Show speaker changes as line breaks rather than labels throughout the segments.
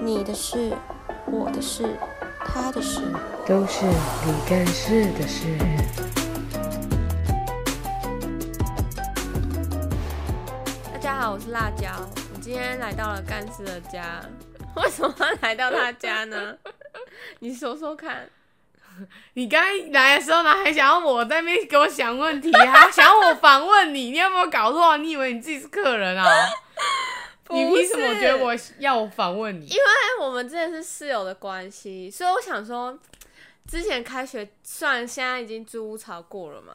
你的事、我的事、他的事。
都是李干事的事。
大家好，我是辣椒，我今天来到了干事的家。为什么要来到他家呢？你说说看。
你刚来的时候呢，还想要我在那边给我想问题， 还想要我访问你，你有没有搞错？啊你以为你自己是客人啊？你凭什么觉得
不
我要我访问你？
因为我们之前是室友的关系，所以我想说，之前开学虽然现在已经租屋潮过了嘛，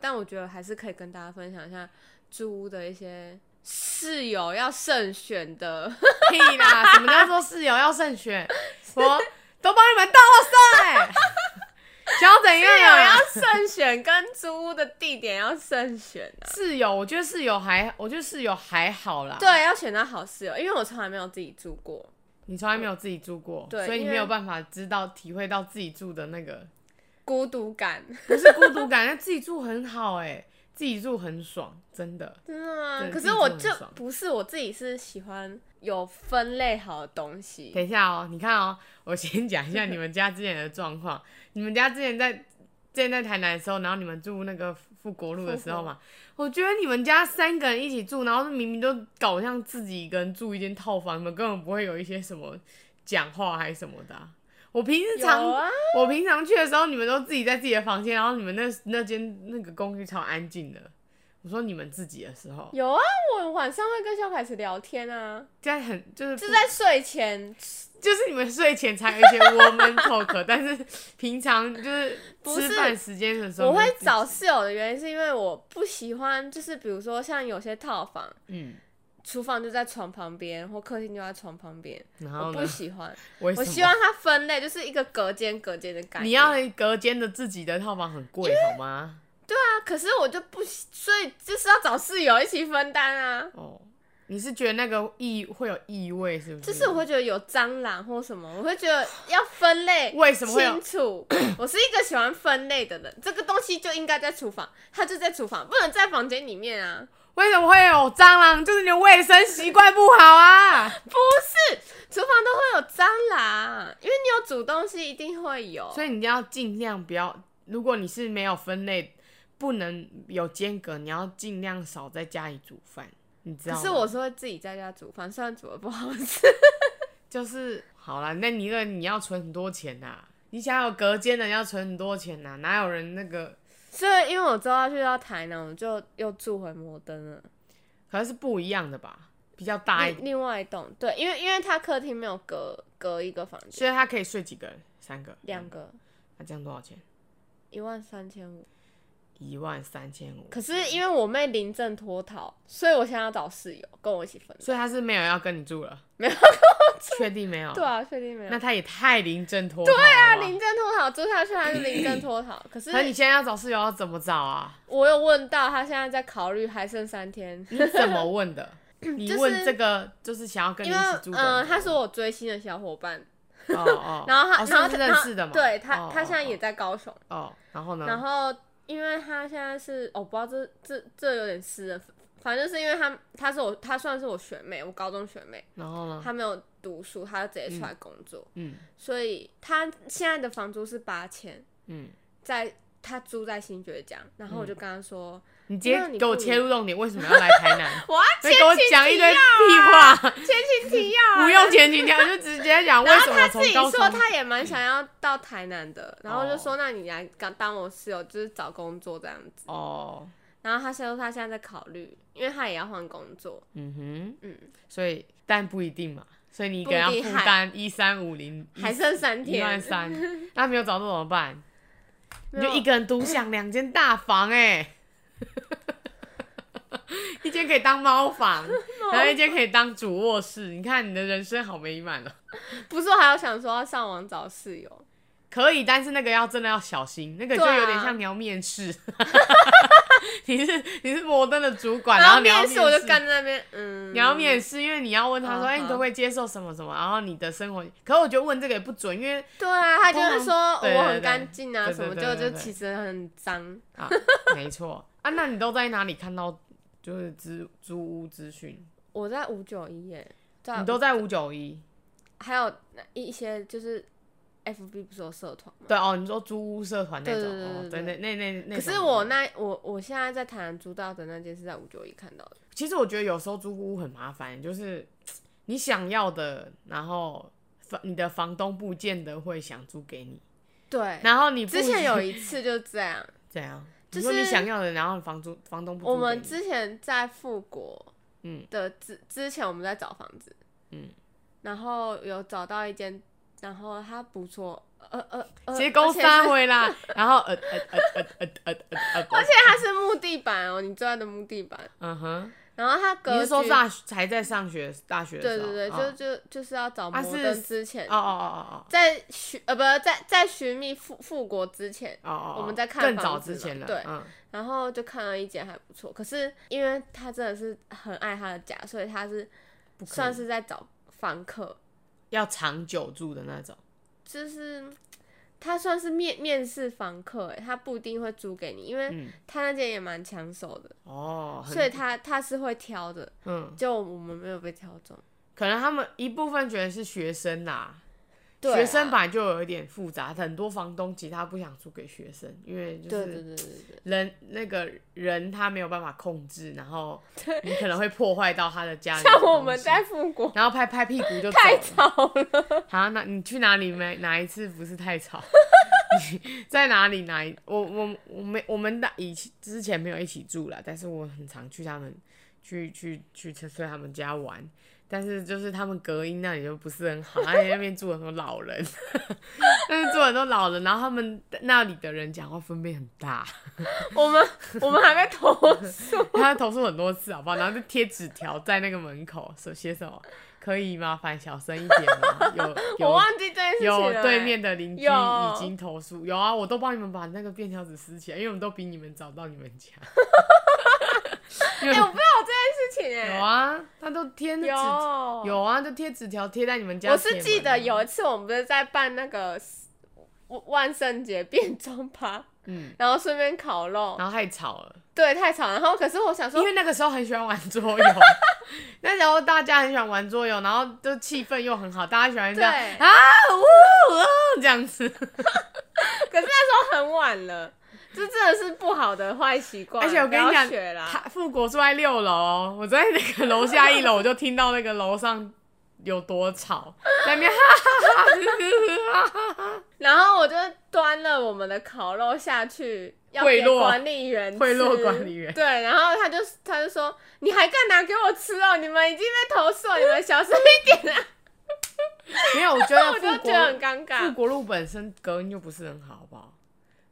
但我觉得还是可以跟大家分享一下租屋的一些室友要慎选的。
屁啦！什么叫做室友要慎选？ 我都帮你们倒了赛，想要怎
室友
样
要
啊？
慎选，跟租屋的地点要慎选啊。
室友，我觉得室友还，我觉得室友还好啦。，
对，要选到好室友，因为我从来没有自己住过。
你从来没有自己住过，
对
所以你
因为
没有办法知道、体会到自己住的那个
孤独感，
不是孤独感，但自己住很好哎、自己住很爽，真的。
真的吗？
对
可
自
是
己
我
住很
就
爽
不是我自己，是喜欢有分类好的东西。
等一下哦，你看哦，我先讲一下你们家之前的状况。你们家之前在之前在台南的时候，然后你们住那个富国路的时候嘛，我觉得你们家三个人一起住，然后明明都搞得像自己一个人住一间套房，你们根本不会有一些什么讲话还是什么的啊、我平
有
常、
啊，
我平常去的时候，你们都自己在自己的房间，然后你们那那间那个公寓超安静的。我说你们自己的时候，
有啊，我晚上会跟小凯子聊天啊，
在很就是
就
不
在睡前，
就是你们睡前才有一些 woman talk，但是平常就是
不是
吃饭时间的时候，
我会
你们自己
找室友的原因是因为我不喜欢，就是比如说像有些套房，
嗯，
厨房就在床旁边，或客厅就在床旁边，
然
我
后呢
不？喜欢。
为什么
我希望它分类，就是一个隔间隔间的感觉。
你要隔间的自己的套房很贵好吗？
啊，可是我就不喜，所以就是要找室友一起分担啊。
哦，你是觉得那个异会有异味是不是？，
就是我会觉得有蟑螂或什么，我会觉得要分类
为什么会有
清楚？我是一个喜欢分类的人，这个东西就应该在厨房，它就在厨房，不能在房间里面啊。
为什么会有蟑螂？就是你的卫生习惯不好啊。
厨房都会有蟑螂，因为你有煮东西一定会有。
所以你要尽量不要，如果你是没有分类，不能有间隔，你要尽量少在家里煮饭，你知道
可
吗？
是我是会自己在家煮饭，虽然煮的不好吃。
就是好啦，那你一个你要存很多钱呐、你想要有隔间的你要存很多钱呐、哪有人那个？
所以因为我之后要去到台南，我就又住回摩登了。
可能是不一样的吧，比较大一
另
点，
另外一栋，对，因为因为他客厅没有隔隔一个房间，
所以他可以睡几个人？三个，
两。个
那这样多少钱？
一万三千五。
一万三千五。
可是因为我妹临阵脱逃，所以我现在要找室友跟我一起分。
所以他是没有要跟你住了，
没有
确定没有？
对啊，确定没有？
那他也太临阵脱逃了吧。对啊
他临阵脱逃住下去，他是临阵脱 逃。可是
可是你现在要找室友要怎么找啊？
我有问到，他现在在考虑，还剩三天。
你怎么问 的？你问这个就是想要跟你
因
一
为
起住
嗯、
的人吗？
呃他是我追星的小伙伴，
哦哦，
然后他、
哦是
然后
是
他
认识的嘛？
对他、
哦
他现在也
哦
在高雄，
哦，哦然后呢？
然后因为他现在是哦我、不知道这这这有点私人，反正就是因为他他是我他算是我学妹，我高中学妹，
然后呢？
他没有读书，他就直接出来工作，
嗯
所以他现在的房租是八千，
嗯，
在他住在新爵江，然后我就跟他 说，
你直
那
接
你
给我
不如？
切入重点，为什么要来台南
我要
再给我讲一堆屁话，
前情提要啊，
不用前情提要，就直接讲为
然
什
后
么
他自
从
己
高中嗯
说他也蛮想要到台南的，然后我就
哦
说那你来当当我室友，就是找工作这样子。
哦，
然后他现在说他现在在考虑，因为他也要换工作，
嗯
嗯，
哼，所以但不一定嘛，所以你一个人要
不一
负
定
担一三五零
还剩三
一万
天，
三， 那没有找到怎么办？你
没有
就一个人独享两间大房哎、 一间可以当猫 房，然后一间可以当主卧室。你看你的人生好美满哦。
不是我还有想说要上网找室友，
可以，但是那个要真的要小心，那个就
对啊
有点像你要面试。 你是你是摩登的主管，
然
啊后
后
你要
面
面
试我就干在那边，嗯，
你要面试，因为你要问他说，
嗯
哎、你可不可以接受什么什么？然后你的生活，可我觉得问这个也不准，因为
对啊，他就会
通
说
常对
我
对对
很干净啊
对
什么，
对
就
对对
就
对
其实很脏。
啊，没错啊，那你都在哪里看到就是租租屋资讯？
我在五九一耶，在
你都在五九一，
还有一一些就是 FB 不是有社团吗？
对哦，你说租屋社团那种，
对对
哦，
对
对
对
那那那那种。
可是我那我我现在在台南租到的那间是在五九一看到的，
其实我觉得有时候租屋很麻烦，就是你想要的，然后房你的房东不见得会想租给你，
对。
然后你不
之前有一次就这样，
怎样？
就
你说你
是
想要的，然后房租房东不租
我们
给你
之前在富国，
嗯
的之之前我们在找房子，
嗯，
然后有找到一间，然后它不错，呃呃呃，
结构
而且
三
是
回啦，然后呃呃呃呃呃呃呃呃，
而且它是木地板哦，你坐在的木地板，
嗯哼，
然后它
你
格
是
局，
说大学还在上学大学的
对
时候？
对对，就
哦
就就是要找摩
啊
登
是
之前，
哦哦哦
在寻呃不在在寻觅富富国之前，
哦哦哦，
我们在看
更
房
早
子
之
嘛
前了，
对
嗯
然后就看到一间还不错，可是因为他真的是很爱他的家，所以他是
不可以
算是在找房客，
要长久住的那种。
就是嗯他算是面面试房客，哎，他不一定会租给你，因为
嗯
他那间也蛮抢手的，
哦，很
所以他他是会挑的，
嗯，
就我们没有被挑中。
可能他们一部分觉得是学生啦，
对啊
学生本来就有一点复杂，很多房东其实他不想租给学生，因为就
对对
是
对对对，
人那个人他没有办法控制，然后你可能会破坏到他的家人。
像我们在，富国
然后拍拍屁股就走
太
了。
吵了，
好，那你去哪里没哪一次不是太吵？你在哪里哪一？我我我没我们的以前之前没有一起住啦，但是我很常去他们去去去陈翠他们家玩，但是就是他们隔音那里就不是很好，而且那边住很多老人，但是住很多老人，然后他们那里的人讲话分贝很大，
我们我们还没 投诉。
他投诉很多次好不好？然后就贴纸条在那个门口，说写什么可以麻烦小声一点吗？有有
我忘记这 件事情
有
了、欸
对面的邻居
有
已经投诉，有啊，我都帮你们把那个便条纸撕起来，因为我们都比你们早到你们家。因
哎、
为
我不知道这件事情哎、
有啊，他都贴那纸，
有
有啊，就贴纸条贴在你们家。
我是记得，有一次我们不是在办那个 s- 万圣节变装趴，
嗯，
然后顺便烤肉，
然后太吵了，
对，太吵。然后可是我想说
因，为那个时候很喜欢玩桌游， 那时候大家很喜欢玩桌游，然后就气氛又很好，大家喜欢这样
对
啊呜啊这样子。
可是那时候很晚了，这真的是不好的坏习惯。
而且我跟你
不要
讲，
学啦，
他富国住在六楼哦，我在那个楼下一楼，我就听到那个楼上有多吵，在那边哈哈哈哈哈哈哈
然后我就端了我们的烤肉下去。要
贿
给
�赂
管理员吃，
贿赂管理员
对，然后他就他就说：“你还敢拿给我吃哦？你们已经被投诉了，你们小声一 点啊
没有，我觉！”得
我
富
就觉得很
国
尴
富
尬。
国路本身隔音就不是很好，好不好？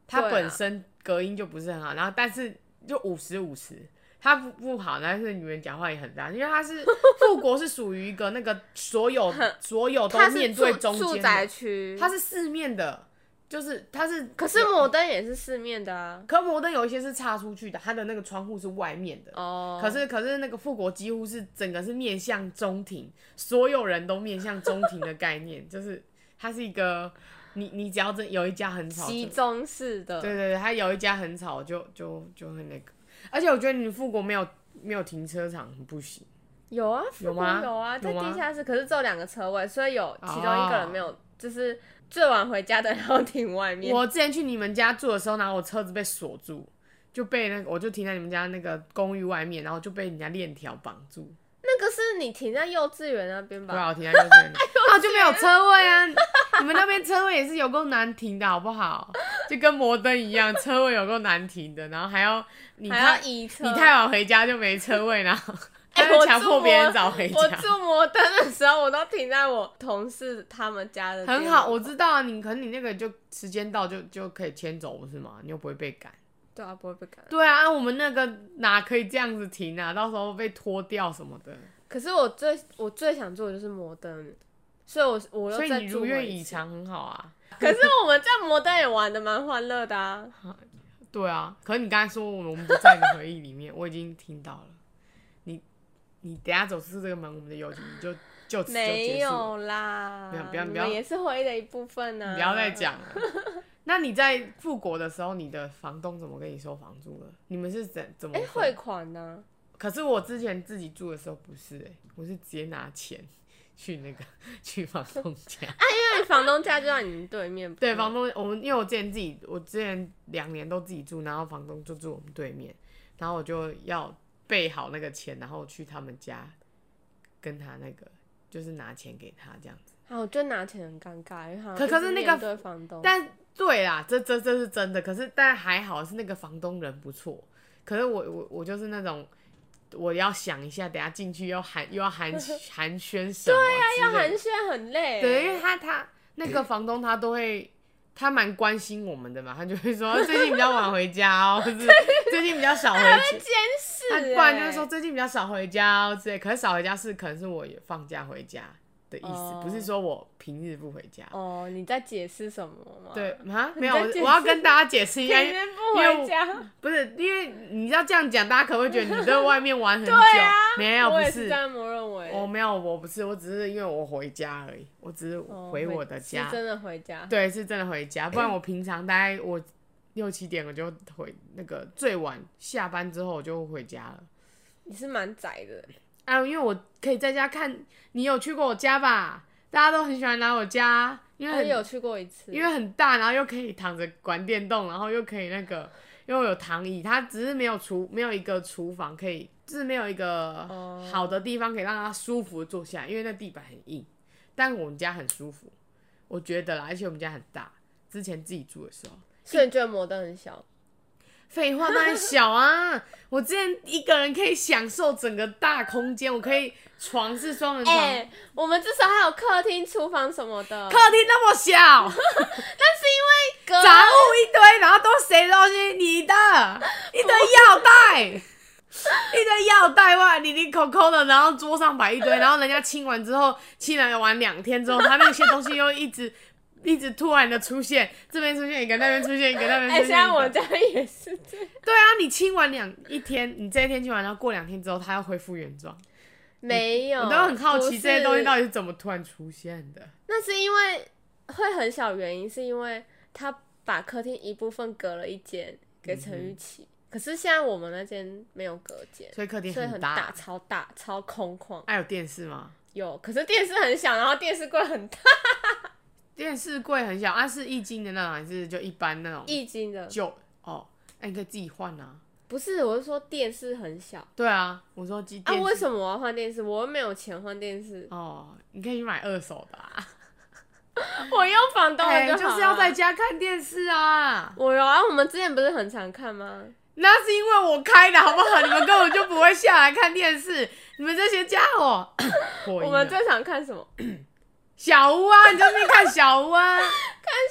它
对啊
本身隔音就不是很好，然后但是就五十五十。它不不好，但是你们讲话也很大，因为它是 富国是属于一个那个所有所有都
它是
面对
住
中
住
间
宅
的，
区，
它是四面的，就是它是
可是摩登也是四面的啊。
可摩登有一些是插出去的，它的那个窗户是外面的。
哦，
可是可是那个富国几乎是整个是面向中庭，所有人都面向中庭的概念， 就是它是一个你你只要真有一家很吵，
集
就
中式的，
对对对，它有一家很吵就就就会那个，而且我觉得你富国没有没有停车场很不行，
有啊，
有
富国
吗
有啊，在
有吗
地下室，可是只有两个车位，所以有其中一个人没有，就是最晚回家的 人要停外面。
啊我之前去你们家住的时候，然后我车子被锁住，就被那个我就停在你们家那个公寓外面，然后就被人家链条绑住。
那个是你停在幼稚园那边
对啊，
吧？
我停在 右边，啊就没有车位啊！你们那边车位也是有够难停的，好不好？就跟摩登一样，车位有够难停的，然后还要你
还要
太
移车。
你太晚回家就没车位，然后
哎
他就强迫别人早回
我
家。
住摩登的时候，我都停在我同事他们家的。
很好，。我知道啊，你可能你那个就时间到就就可以迁走，不是吗？你又不会被赶。
对啊，不会被赶。
对啊，啊我们那个哪可以这样子停啊？到时候被拖掉什么的。
可是我最我最想住的就是摩登，所以我我又
所以
再
你
住
如
回
愿
一
以
次。
偿，很好啊。
可是我们在摩登也玩的蛮欢乐的啊。
对啊，可是你刚才说我们不在你回忆里面，我已经听到了。你你等一下走出这个门，我们的友情就就此就
没
结束了，
有啦，
没有不要
你
不要
们也是回忆的一部分啊呢、
你不要再。讲了。那你在富国的时候，你的房东怎么跟你收房租了？你们是怎怎么
哎、
分？
汇款呢、
可是我之前自己住的时候不是、欸，我是直接拿钱去那个 去房东家。
因为房东家就在你们对面，
对，房东我们因为我之前自己，我之前两年都自己住，然后房东就住我们对面，然后我就要备好那个钱，然后去他们家跟他那个就是拿钱给他这样子。
啊，我觉得拿钱很尴尬，因为好像
可
一
可
直
是那
面
个
对房东，
但对啦，这这这是真的，可是但还好是那个房东人不错，可是我我我就是那种。我要想一下，等下进去要寒又要寒寒暄什么？对呀、
要寒暄很累，
对，因为他他那个房东他都会，他蛮关心我们的嘛，他就会说最近比较晚回家哦，或是最近比较少回家，
监视
他
欸，
不然就是说最近比较少回家哦之类。可是少回家是可能是我也放假回家的意思，
哦
不是说我平日不回家。
哦，你在解释什么吗？
对，啊，没有，我
你在解释啊
我要跟大家解释一
平
下，
时不
因为
回
我
家，
不是因为你要这样讲，大家可能会觉得你在外面玩很久，
对啊
没有，
我
不
也是这样默认为，哦
我没有，我不是，我只是因为我回家而已，我只是
哦
回我的家，
是真的回家，
对，是真的回家，不然我平常大概我六七点我就回那个最晚下班之后我就回家了。
你是蛮宅的，
啊，因为我可以在家看，你有去过我家吧？大家都很喜欢来我家，因为
我
很、
啊哎有去过一次，
因为很大，然后又可以躺着玩电动，然后又可以那个又有躺椅，它只是没有厨没有一个厨房可以，就是没有一个
哦
好的地方可以让他舒服地坐下来，因为那地板很硬。但我们家很舒服，我觉得啦，而且我们家很大，之前自己住的时候。
所以你觉得摩登很小，
废话当然小啊！ 我之前一个人可以享受整个大空间，我可以床是双人床，
哎、我们至少还有客厅、厨房什么的，
客厅那么 小，
隔
杂物一堆，然后都谁的东西？你 的，一堆药袋， 一堆药袋哇，里里口口的，然后桌上摆一 堆，然后人家清完之后，清了完两天之后，他那些东西又一直。 一直突然的出现，这边出现一个，那边出现一个，那边出
哎、
现一个。
现在我家也是这样，
对啊，你清完两一天，你这一天清完，然后过两天之后，它要恢复原状。
没有，
我都很好
嗯
奇这些东西到
底，
底是怎么突然出现的。
那是因为会很小原因，是因为他把客厅一部分隔了一间给陈玉琪、可是现在我们那间没有隔间，
所以客厅
所以
很
很大，超大，超空旷，
还、有电视吗？
有，可是电视很小，然后电视柜很大，
电视柜很小，啊，是易经的那种，还是就一般那种
易经的，
旧？哦，哎、你可以自己换啊。
不是，我是说电视很小
对啊，我说机
啊，
电
为
视、
什么我要换电视？我又没有钱换电视。
哦，你可以去买二手的啊。
我用房东
哎
的好、啊
就是要在。家看电视啊。
我有啊，我们之前不是很常看吗？
那是因为我开的好不好？你们根本就不会下来看电视，你们这些家伙。 破音
我
了
们最常看 什么？
小屋啊，你就去看小屋啊，
看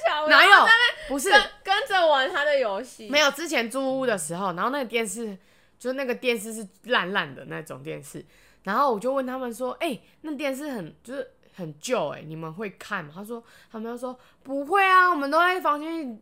小
哪有？不是
跟跟着玩他的游戏？
没
有，
有，之前租屋的时候，然后那个电视就是那个电视是烂烂的那种电视，然后我就问他们说：“哎、那电视很就是很旧哎、你们会看吗？”他说：“他们就说不会啊，我们都在房间里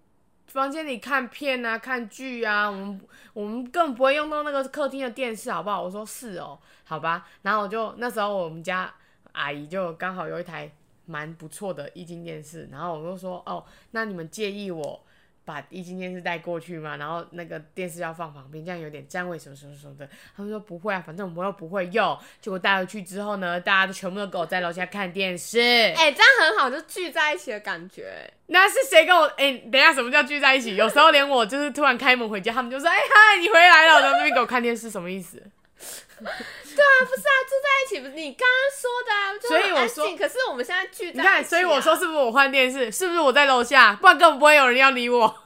房间里看片啊、看剧啊，我们我们更不会用到那个客厅的电视，好不好？”我说：“是哦，好吧。”然后我就那时候我们家阿姨就刚好有一台蛮不错的液晶电视，然后我就说：“哦，那你们介意我？”把液晶电视带过去嘛，然后那个电视要放旁边，这样有点占位什么什么什么的。他们说不会啊，反正我们又不会用。结果带回去之后呢，大家都全部都给我在楼下看电视。
哎、这样很好，就聚在一起的感觉。
那是谁跟我？哎、等一下什么叫聚在一起？有时候连我就是突然开门回家，他们就说：“哎、嗨，你回来了。”然后那边给我看电视，什么意思？
啊，不是啊，住在一起不是你刚刚说的啊，就
所以
很
我
安
说
静。可是我们现 在聚在一起、
你
啊
看，所以我说，是不是我换电视？是不是我在楼下？不然根本不会有人要理我。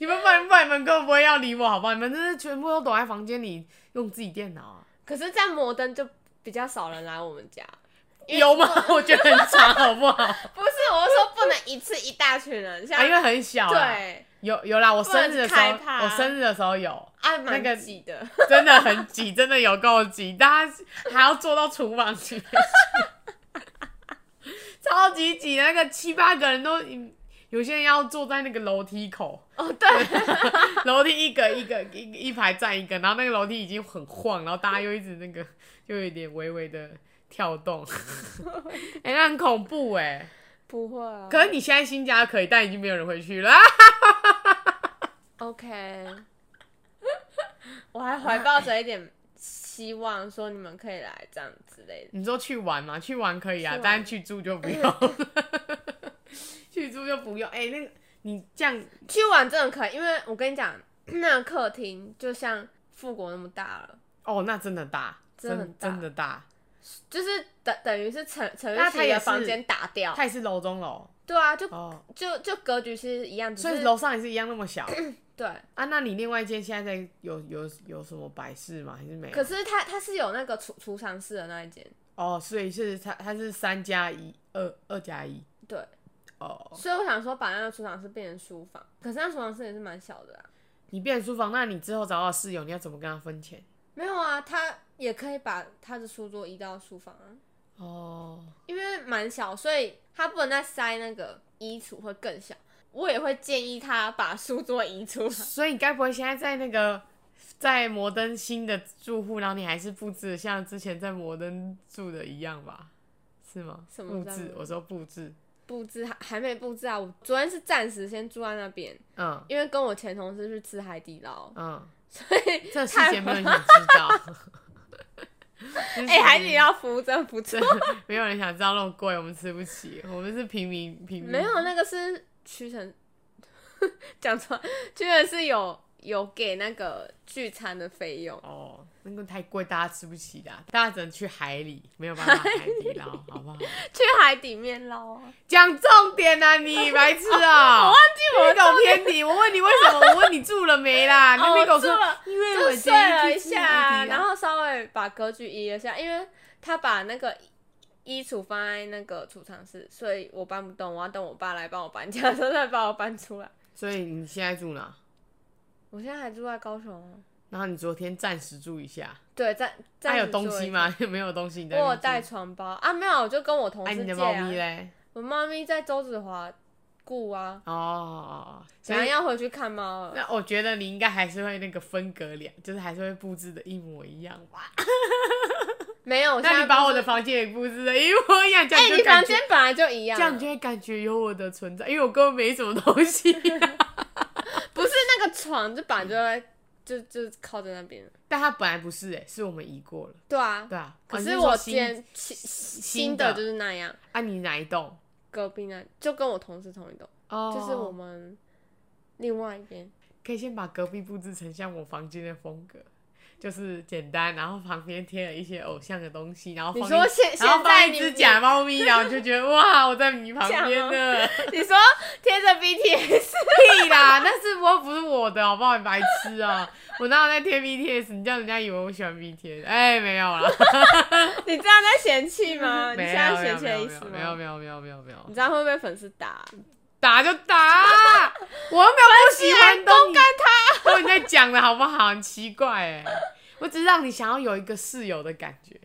你们不然不然你们根本不会要理我，好不好？你们真是全部都躲在房间里用自己电脑啊。
可是，在摩登就比较少人来我们家。
有吗？我觉得很长，好不 好？
不是，我是说不能一次一大群人，像、
啊，因为很小啦。
对，
有有啦，我生日的时
不能
候
开趴，
我生日的时候有，
啊，
那个
蛮挤的。
真的很挤，真的有够挤，大家还要坐到厨房去，超级挤，那个七八个人都，嗯有些人要坐在那个楼梯口，
哦，对，
楼梯一个一个一一排站一个，然后那个楼梯已经很晃，然后大家又一直那个又有一点微微的跳动， 哎、那很恐怖哎、
不会啊。
可是你现在新家可以，但已经没有人回去了。
OK，我还怀抱着一点希望说你们可以来这样之类的。
你说去玩嘛？去玩可以
去
啊，
玩
但是去住就不用。 去住就不用。哎、那个你这样
去玩真的可以，因为我跟你讲，那个客厅就像富国那么大了，
哦，那真的大，
真的很大
真的大。
就是等等于是陈陈
那
玉
它
琪
也
的
是
房间打掉。
它也是楼中楼
对啊，就
哦，
就就格局其实一样，只
所以
是
楼上也是一样那么小
对。
啊。那你另外一间现在在有有有什么摆饰吗？还是没有？
可是它它是有那个储储藏室的那一间，
哦，所以是它它是三加一，二二加一
对。
哦。
所以我想说把那个储藏室变成书房，可是那储藏室也是蛮小的啊。
你变成书房，那你之后找到室友，你要怎么跟他分钱？
没有啊，他也可以把他的书桌移到书房啊，
哦，
因为蛮小，所以他不能再塞那个衣橱会更小。我也会建议他把书桌移出 来。
所以你该不会现在在那个在摩登新的住户，然后你还是布置得像之前在摩登住的一样吧？是吗？
什么
布
在
置
摩？登
我说布置，
布置还还没布置啊，我昨天是暂时先住在那边，
嗯
因为跟我前同事去吃海底捞，
嗯，
所以
这个细
太
节没有人
麻
想知道。哎
哎、海底捞服务真的不错。
没有人想知道那么贵，我们吃不起，我们是平民平民。
没有，那个是屈臣， 讲错，屈臣是有有给那个聚餐的费用。
哦，那个太贵，大家吃不起的啊、大家只能去海里，没有办法海底 捞，好不好？
去海底面捞啊！
讲重点啊，你白 痴啊！
哦
我忘记我搞偏题，我问你为什么？ 我问你住了没啦？你那边跟
哦，
我
住
说，
了，
因为我
就
今
睡
天
了一
去吃海
下，
底捞
然后稍微把格局移了一下，因为他把那个衣橱放在那个储藏室，所以我搬不动，我要等我爸来帮我搬家， 他再把我搬出来。
所以你现在住哪？
我现在还住在高雄啊，
然后你昨天暂时住一下，
对，在在、
还、啊有东西？吗？没有东西，你在
我
那边
有带
住。
床包啊，没有，我就跟我同
哎、
事
你
借
的猫
啊
咪。嘞？
我猫咪在周子华顾啊，
哦哦，哦所
想
以
要回去看猫了。
那我觉得你应该还是会那个分隔两，就是还是会布置的一模一样吧。
没有，我现
那
在
你把我
不
的
是
房间也布置的一模一样，这样
哎，
就
你
感
房
觉
间本来就一样
这
了，
样就会感觉有我的存在，因为我根本没什么东西、
不是那个床，就本来就在就就靠在那边了。
但它本来不是哎、是我们移过了，
对啊，
对啊。
可
哦
是
你说
我今
新
天新新
的
的就是那样，
啊，你哪一栋？
隔壁那就跟我同事同一栋，
哦
就是我们另外一边。
可以先把隔壁布置成像我房间的风格，就是简单，然后旁边贴了一些偶像的东西，然后
你
放
说
一
现
然
现
后放
在
一
你
只假猫咪，然后你就觉 得哇，我在你旁边呢。
你说贴着 BTS，
屁啦，那是不不是我的，好不好？你白痴啊、我哪有在贴 BTS？你叫人家以为我喜欢 BTS？哎、没有啦，
你这样在嫌弃 吗？哦你
没
现
有
在
没有
嫌弃
没有
的意
没
思
有
吗？
没有没有没有没有没有
你，这样会不会粉丝打啊？
打就打啊， 我又没有不喜欢东干他，都你在讲的好不好？很奇怪哎、我只是让你想要有一个室友的感觉，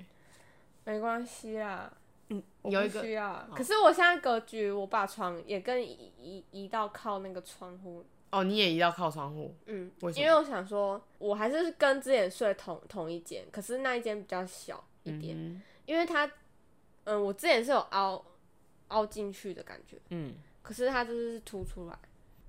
没关系啦，我
有
不
一个
需要。可是我现在格局，我把床也更移移移到靠那个窗户，
哦，你也移到靠窗户，
嗯，
为什么
因为我想说，我还是跟之前睡同同一间，可是那一间比较小一点，
嗯
因为它，嗯，我之前是有凹凹进去的感觉，
哼嗯，
可是它就是凸出来，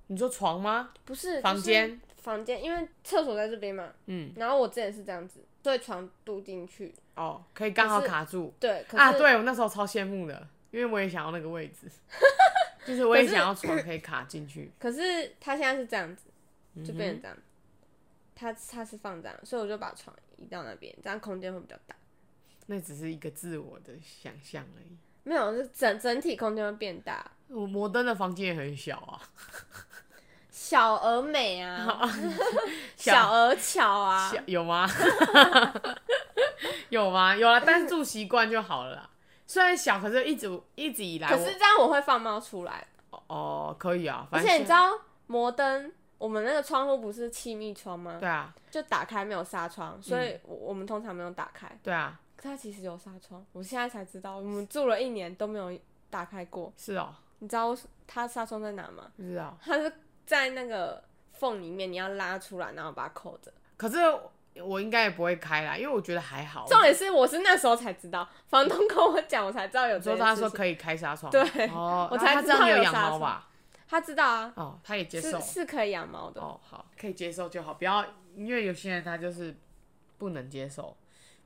你说床吗？
不是
房间，
就是房间，因为厕所在这边嘛，
嗯，
然后我之前是这样子，所以床嘟进去，
哦，可以刚好
可是
卡住，
对，可是
啊，对我那时候超羡慕的，因为我也想要那个位 置，就是我也想要床可以卡进去。
可是他现在是这样子，
嗯
就变成这样。他他是放这样，所以我就把床移到那边，这样空间会比较大。
那只是一个自我的想象而已。
没有，是整整体空间会变大，
我摩登的房间也很小啊，
小而美啊，
小
小而巧啊
小，有吗？ 有吗？有啊，但是住习惯就好了啦。虽然小，可是一直一直以来
可
我，
是这样我会放猫出来，
哦，可以啊，
而
反正
且你知
现
道摩登。我们那个窗户不是气密窗吗
在？对嗯啊，
就打开没有纱窗，所以我我们通常没有打开。
对啊，
可它其实有纱窗，我现在才知道，我们住了一年都没有打开过。
是哦，
你知道它纱窗在哪吗？
不知道。
它是在那个缝里面，你要拉出来，然后把它扣着。
可是我应该也不会开啦，因为我觉得还好。
重点是，我是那时候才知道，房东跟我讲，我才知道有这
说
件事情。
他说可以开纱窗，
对
哦，
我
那
才
他
知
这样
道
你
有
养
纱
猫
窗
吧？
他知道啊，
哦，他也接受
是是可以养猫的。
哦，好，可以接受就好，不要因为有些人他就是不能接受，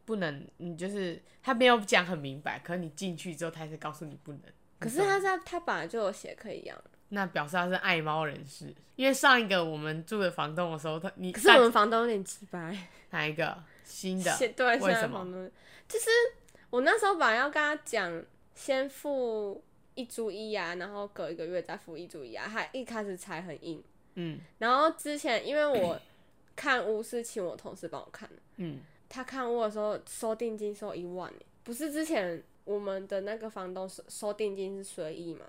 不能，你就是他没有讲很明白，可是你进去之后，他还是告诉你不能。
可是
你懂吗
他在他本来就有写可以养，
那表示他是爱猫人士，因为上一个我们住的房东的时候，他你
可是
上
我们房东有点直白，
哪一个新的？
现 对，
为
现在
什
房
么？
东就是我那时候本来要跟他讲，先付一租一啊，然后隔一个月再付一租一啊，他一开始才很硬，
嗯
然后之前因为我 看屋是请我同事帮我看的，
嗯，
他看屋的时候收定金收一万耶，不是之前我们的那个房东收收定金是随意嘛，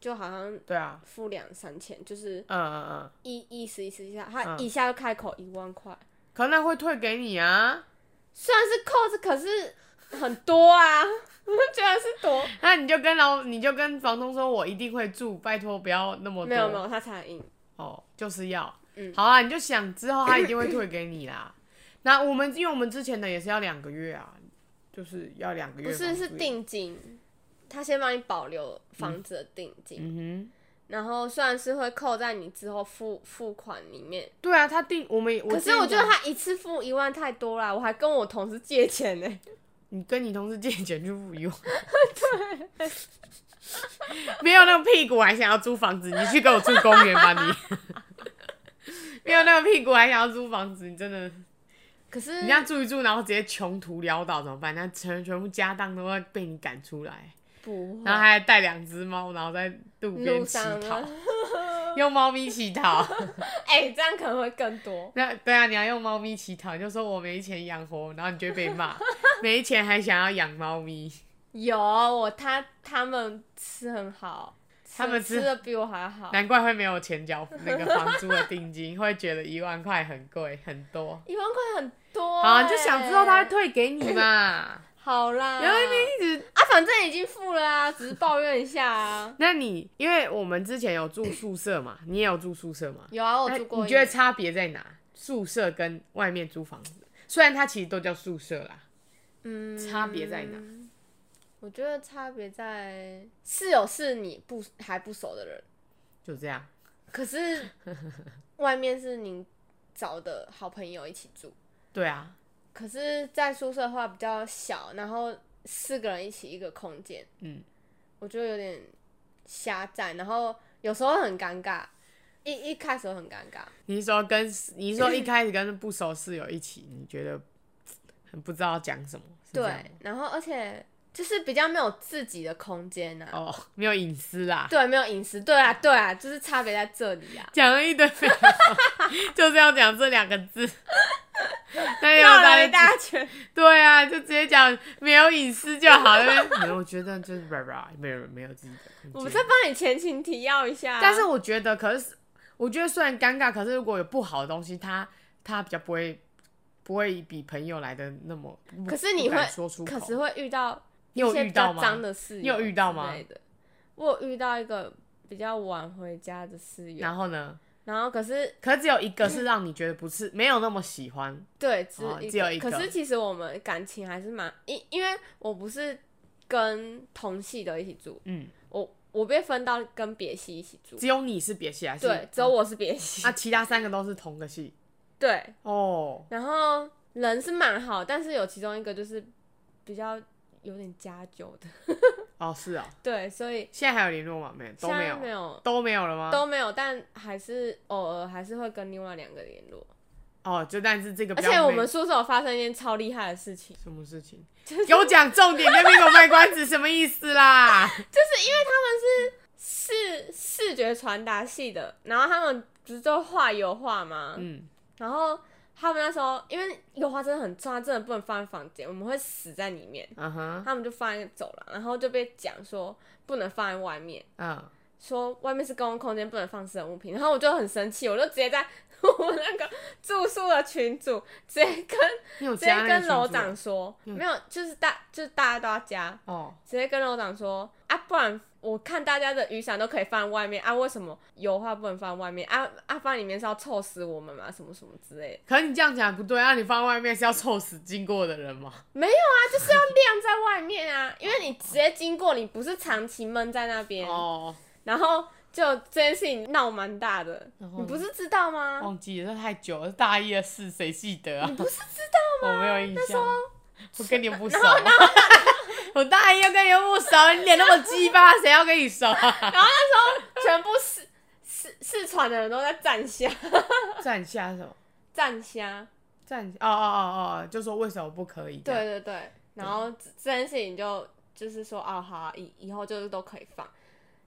就好像
对啊，
付两三千，就是
嗯嗯嗯，
一意思意思一下，他
嗯
一下就开口一万块，
可那会退给你啊。
虽然是扣着，可是很多啊， 我就觉得是多，
那你就跟老，你就跟房东说，我一定会住，拜托不要那么多。
没有没有，他才硬，
哦，就是要，
嗯
好啊，你就想之后他一定会退给你啦。 那我们因为我们之前的也是要两个月啊，就是要两个月，
不是是，定金，他先帮你保留房子的定金，
嗯
然后虽然是会扣在你之后付付款里面，
哼，对啊，他定我们，
可
可
是我觉得他一次付一万太多啦，我还跟我同事借钱呢、
你跟你同事借钱去付一万， 没有那个屁股还想要租房子，你去给我住公园吧你。 没有那个屁股还想要租房子，你真的，
嗯可是
你这样住一住，然后直接穷途潦倒怎么办？那全全部家当都会被你赶出来。
不
然后
会，
还带两只猫，然后在路边
路
乞
上
讨
啊，
用猫咪乞讨。
哎、这样可能会更多。
那对啊，你要用猫咪乞讨，你就说我没钱养活，然后你就会被骂，没钱还想要养猫咪。
有我他他们吃很好，
他们吃
吃的比我还好，
难怪会没有钱缴那个房租的定金，会觉得一万块很贵很多。
一万块很多、
好、啊，
欸。
你就想知道他会退给你嘛？
好啦，
然后那边一直
啊，反正已经付了啊，只是抱怨一下啊。
那你因为我们之前有住宿舍嘛，你也有住宿舍嘛？
有啊，我
那
住过。
哎你觉得？差别在哪？宿舍跟外面租房子，虽然它其实都叫宿舍啦，
嗯，
差别在哪？
我觉得差别在室友是你不还不熟的人，
就这样。
可是外面是你找的好朋友一起住。
对啊，
可是，在宿舍的话比较小，然后四个人一起一个空间，
嗯，
我觉得有点狭窄，然后有时候很尴尬，一
嗯
一开始会很尴尬。
你是说跟你是说一开始跟不熟室友一起，你觉得嘖很不知道讲什么？是这样
对，然后而且就是比较没有自己的空间呐、啊
吗哦，没有隐私啦，
对，没有隐私，对啊，对啊，就是差别在这里啊。
讲了一堆废话， 就是要讲这两个字。但是
绕了
大
一
家
大圈，
对啊，就直接讲没有隐私就好了。 没有，我觉得就是叭叭，没有没有自己的空间。
我们再帮你前情提要一下啊。
但是我觉得，可是我觉得虽然尴尬，可是如果有不好的东西，他他比较不会不会比朋友来的那么不。
可是你
不
会
敢说出，口，
可是会遇到
你有
一些
遇
比较
到吗
脏的室友，
你有遇到吗
之类的，我有遇到一个比较晚回家的室友，
然后呢？
然后可是
可是只有一个是让你觉得不是没有那么喜欢，
对，只
哦
一
只有一个
可是其实我们感情还是蛮，因因为我不是跟同系的一起住，
嗯，
我我被分到跟别系一起住，
只有你是别系还是？
对，只有我是别系，
啊，其他三个都是同个系
对，
哦。
然后人是蛮好，但是有其中一个就是比较有点加酒的，
哦，是哦，
对，所以
现在还有联络吗？没有，都
现
没
在
有，啊
没有
都没有了吗？
都没有，但还是偶尔还是会跟另外两个联络，
哦，就但是这个比
而
较没，
且我们宿舍有发生一件超厉害的事情，
什么事情？
就是
有讲重点，跟那个卖关子什么意思啦？
视视觉传达系的，然后他们不是都画油画吗？
嗯，
然后他们那时候因为油画真的很重，它真的不能放在房间，我们会死在里面。
嗯哼，
他们就放在走廊，然后就被讲说不能放在外面，
嗯，
说外面是公共空间，不能放私人物品。然后我就很生气，我就直接在 我那个住宿的群组直接跟
你有
直接
加那个
跟
群
楼
组嗯
长说，没有，就是大就是大家都要加，
哦，
直接跟楼长说啊，不然我看大家的雨伞都可以放外面啊，为什么油画不能放外面啊？啊，放里面是要臭死我们吗？什么什么之类的，
可是你这样讲不对啊！你放外面是要臭死经过的人 吗？
没有啊，就是要晾在外面啊，因为你直接经过，你不是长期闷在那边，
哦，
然后。就这件事情闹蛮大的，
然后
你
呢哦
不是知道吗？
忘记了，那太久了，大一的事谁记得啊
你？不是知道
我没有印象，我跟你 不熟。 我大一要跟你又不熟，你脸那么鸡巴，谁要跟你熟啊？
吗？全部四四四川的人都在站虾，
站下什么？
站虾。
站哦哦哦哦，就说为什么不可以？
对，对对，然后这这件事情就就是说，哦，好、啊，以以后就是都可以放，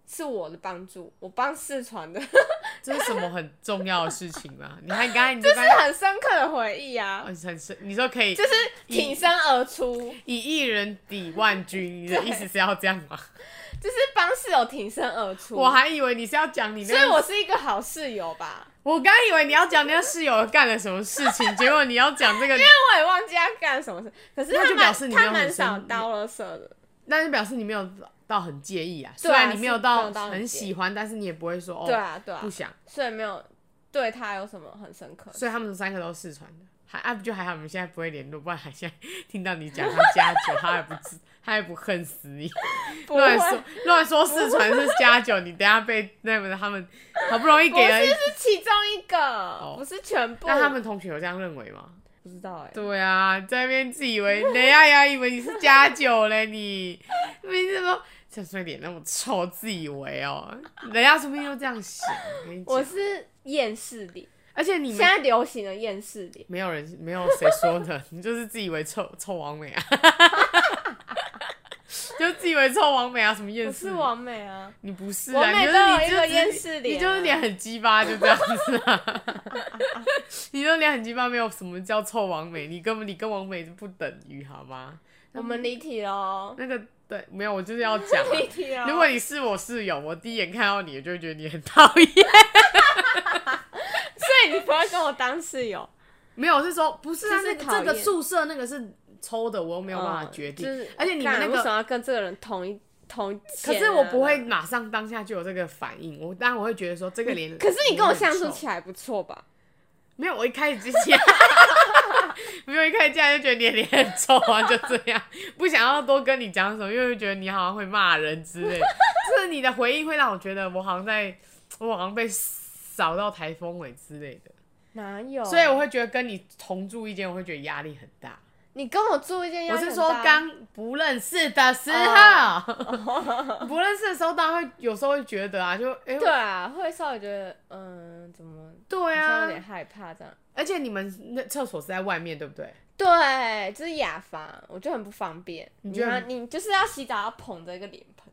是我的帮助，我帮四川的，
这是什么很重要的事情吗？你看刚才你
这
这
是很深刻的回忆啊，
很很深，你说可以，
就是挺身而出，
以一人抵万军，你的意思是要这样吗？
就是帮室友挺身而出。
我还以为你是要讲你那
所
个，
以我是一个好室友吧，
我刚以为你要讲你的室友干了什么事 情，结果你要讲这个，
但我也忘记他干什么事。可是
那
他
就表示
蛮
你没有
他蛮
很深
少刀了色的，
那就表示你没有到很介意啊。虽
对啊
然你没有
是没
到
有到很
很
介意
喜欢，但是你也不会说哦，
对啊对啊
不，想。
所以没有对他有什么很深刻的。
所以他们三个都四川的，还啊不就还好，我们现在不会联络，不然还现在听到你讲他加酒，他也不知， 他也不恨死你。
不
乱
会
说，乱说四川是加酒，你等下被那个他们好不容易
不
给
是
了，
是其中一个，不是全部。
但哦他们同学有这样认为吗？
不知道哎，
对啊，在那边自以为， 人家也要以为你是加酒嘞，你为什么？陈水脸那么臭，自以为哦，人家说不定都这样想。我跟你
我
讲，
是厌世脸，
而且你
现
们
在流行的厌世脸，
没有人，没有谁说 的，你就是自以为臭臭王美啊， 就自以为臭王美啊，什么厌
我
世？
是完美啊，
你不是
我
啊，
每
你就
都
是
有
你
一
就
个
只
厌世脸啊
你就是脸很鸡巴，就这样子啊。 你的脸很鸡巴，没有什么叫臭王美，你根本你跟王美不等于，好吗？
我们离题喽，
那个对，没有，我就是要讲啊。
离题喽。
如果你是我室友，我第一眼看到你，我就会觉得你很讨厌。
所以你不要跟我当室友，
没有，是说不是啊
就？是
那个
讨
这
厌
个宿舍那个是抽的，我又没
没
有办法决定。
就是
而且你们
干
那
为什
个，
么要跟这个人同一同一线
可
啊？
是我不会马上当下就有这个反应，我当然我会觉得说这个脸。
可是你跟我
脸
相
很
处
臭
起来不错吧？
没有，我一开始之前 没有一开始进来就觉得你的脸很臭啊，就这样， 不想要多跟你讲什么，因为会觉得你好像会骂人之 类的。就是你的回应会让我觉得我好像在，我好像被扫到台风尾之类的，
哪有？
所以我会觉得跟你同住一间，我会觉得压力很大。
你跟我住一间压
我
力很大，
是说刚不认识的时候，
哦
不认识的时候，当然会有时候会觉得啊，就哎、
对啊，会稍微觉得嗯，怎么
对
好像有
啊
点，害怕这样。
而且你们那厕所是在外面，对不对？
对，就是雅房，我就很不方便。
你
你
觉得
要
很
你就是要洗澡要捧着一个脸盆，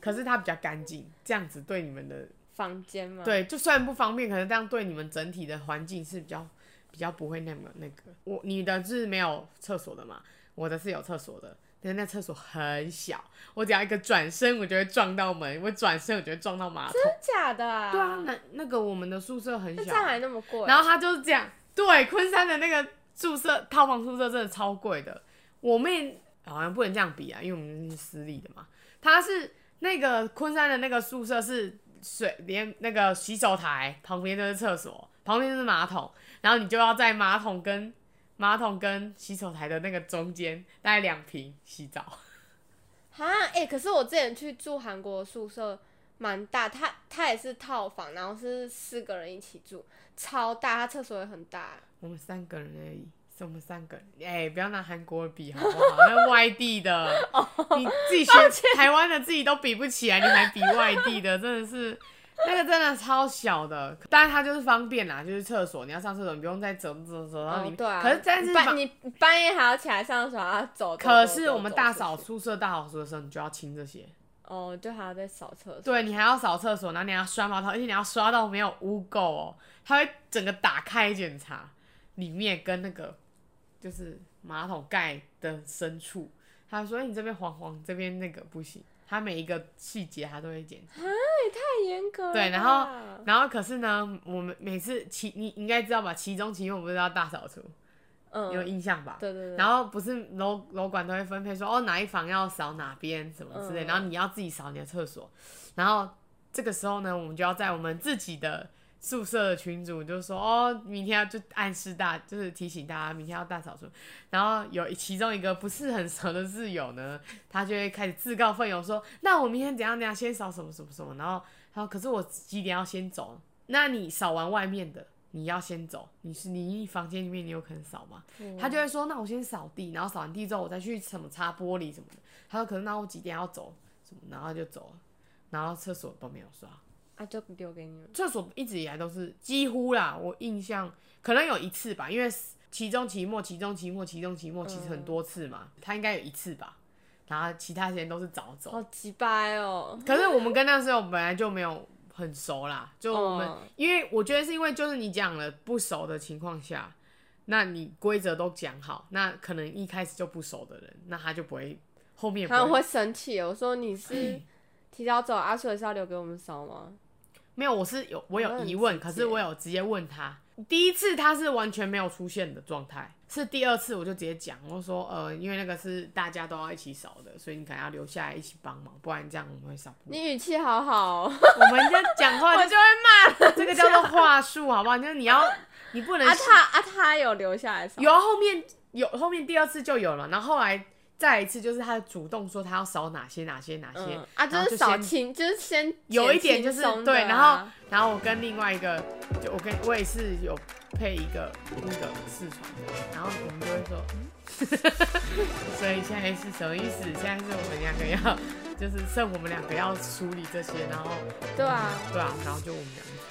可是它比较干净，这样子对你们的
房间嘛。，
对，就虽然不方便，可能这样对你们整体的环境是比较比较不会那么那个。我你的是没有厕所的嘛？我的是有厕所的，但是那厕所很小，我只要一个转身，我就会撞到门；我转身，我就会撞到马桶。
真假的啊？
对啊，，那那个我们的宿舍很
那这
小
样，还那么贵。啊
然后他就是这样。对，昆山的那个宿舍套房宿舍真的超贵的，我妹好像不能这样比啊，因为我们是私立的嘛。他是那个昆山的那个宿舍是水连那个洗手台旁边就是厕所，旁边就是马桶，然后你就要在马桶跟马桶跟洗手台的那个中间大概两平洗澡。
哈，哎、可是我之前去住韩国宿舍，蛮大，它它也是套房，然后是四个人一起住，超大，它厕所也很大。
我们三个人而已，是我们三个人。哎、不要拿韩国比好不好？ 那外地的，
哦
你自己学台湾的自己都比不起来，你还比外地的，真的是。那个真的超小的，但是它就是方便啦，就是厕所，你要上厕所，你不用再走走走到里
哦
面。，
对啊。
可是但是
你
房
半你你半夜还要起来上厕所，还要走。走
可
走
是
走
我们
走
大
出
扫
去
宿舍、大扫除的时候，你就要清这些。
哦，就还要再扫厕所。
对你还要扫厕所，然后你还要刷马桶，而且你要刷到没有污垢哦，它会整个打开检查里面跟那个就是马桶盖的深处，他说、哎你这边黄黄，这边那个不行，他每一个细节他都会检查。
太严格了吧。
对然后
嗯
然后可是呢，我们每次期你应该知道吧，期中期末不是要大扫除，
嗯，
有印象吧？
对对对。
然后不是楼楼管都会分配说哦哪一房要扫哪边什么之类，
嗯
然后你要自己扫你的厕所，然后这个时候呢，我们就要在我们自己的宿舍的群组就说哦明天要就暗示大就是提醒大家明天要大扫除，然后有其中一个不是很熟的室友呢，他就会开始自告奋勇说那我明天怎样怎样先扫什么什么什么，然后然后可是我几点要先走？那你扫完外面的，你要先走，你是你房间里面你有可能扫吗？他就会说，那我先扫地，然后扫完地之后我再去什么擦玻璃什么的。他说，可是那我几点要走什么，然后他就走了，然后厕所都没有刷。
啊，就丢给你们。
厕所一直以来都是几乎啦，我印象可能有一次吧，因为期中、期末、期中、期末、期中、期末，其实很多次嘛，
嗯
他应该有一次吧，然后其他时间都是早走。
好鸡掰哦！
可是我们跟那时候本来就没有很熟啦，就我们、
嗯
因为我觉得是因为就是你讲了不熟的情况下，那你规则都讲好，那可能一开始就不熟的人，那他就不会后面也不
他
会
们会生气哦耶。我说 你是提早走，阿水是要留给我们扫吗？
没有，我是有我
我
有
很
疑问，
直接
可是我有直接问他。第一次他是完全没有出现的状态，是第二次我就直接讲，我说呃，因为那个是大家都要一起扫的，所以你可能要留下来一起帮忙，不然这样我们会扫不完。
你语气好好、哦，
我们这样讲话
我就会骂了。
这个叫做话术，好不好？就是你要你不能
啊他啊他有留下来扫，
有啊后面有后面第二次就有了，然后后来再一次就是他主动说他要扫哪些哪些哪些
嗯啊，
然后
是
先
扫清，就是先
有一
捡
点就
轻
是
松的
对，
啊
然后然后我跟另外一个，就我跟我也是有配一个那个四床的，然后我们就会说，嗯 所以现在是什么意思？现在是我们两个要，就是剩我们两个要梳理这些，然后
对啊，
对啊，然后就我们两个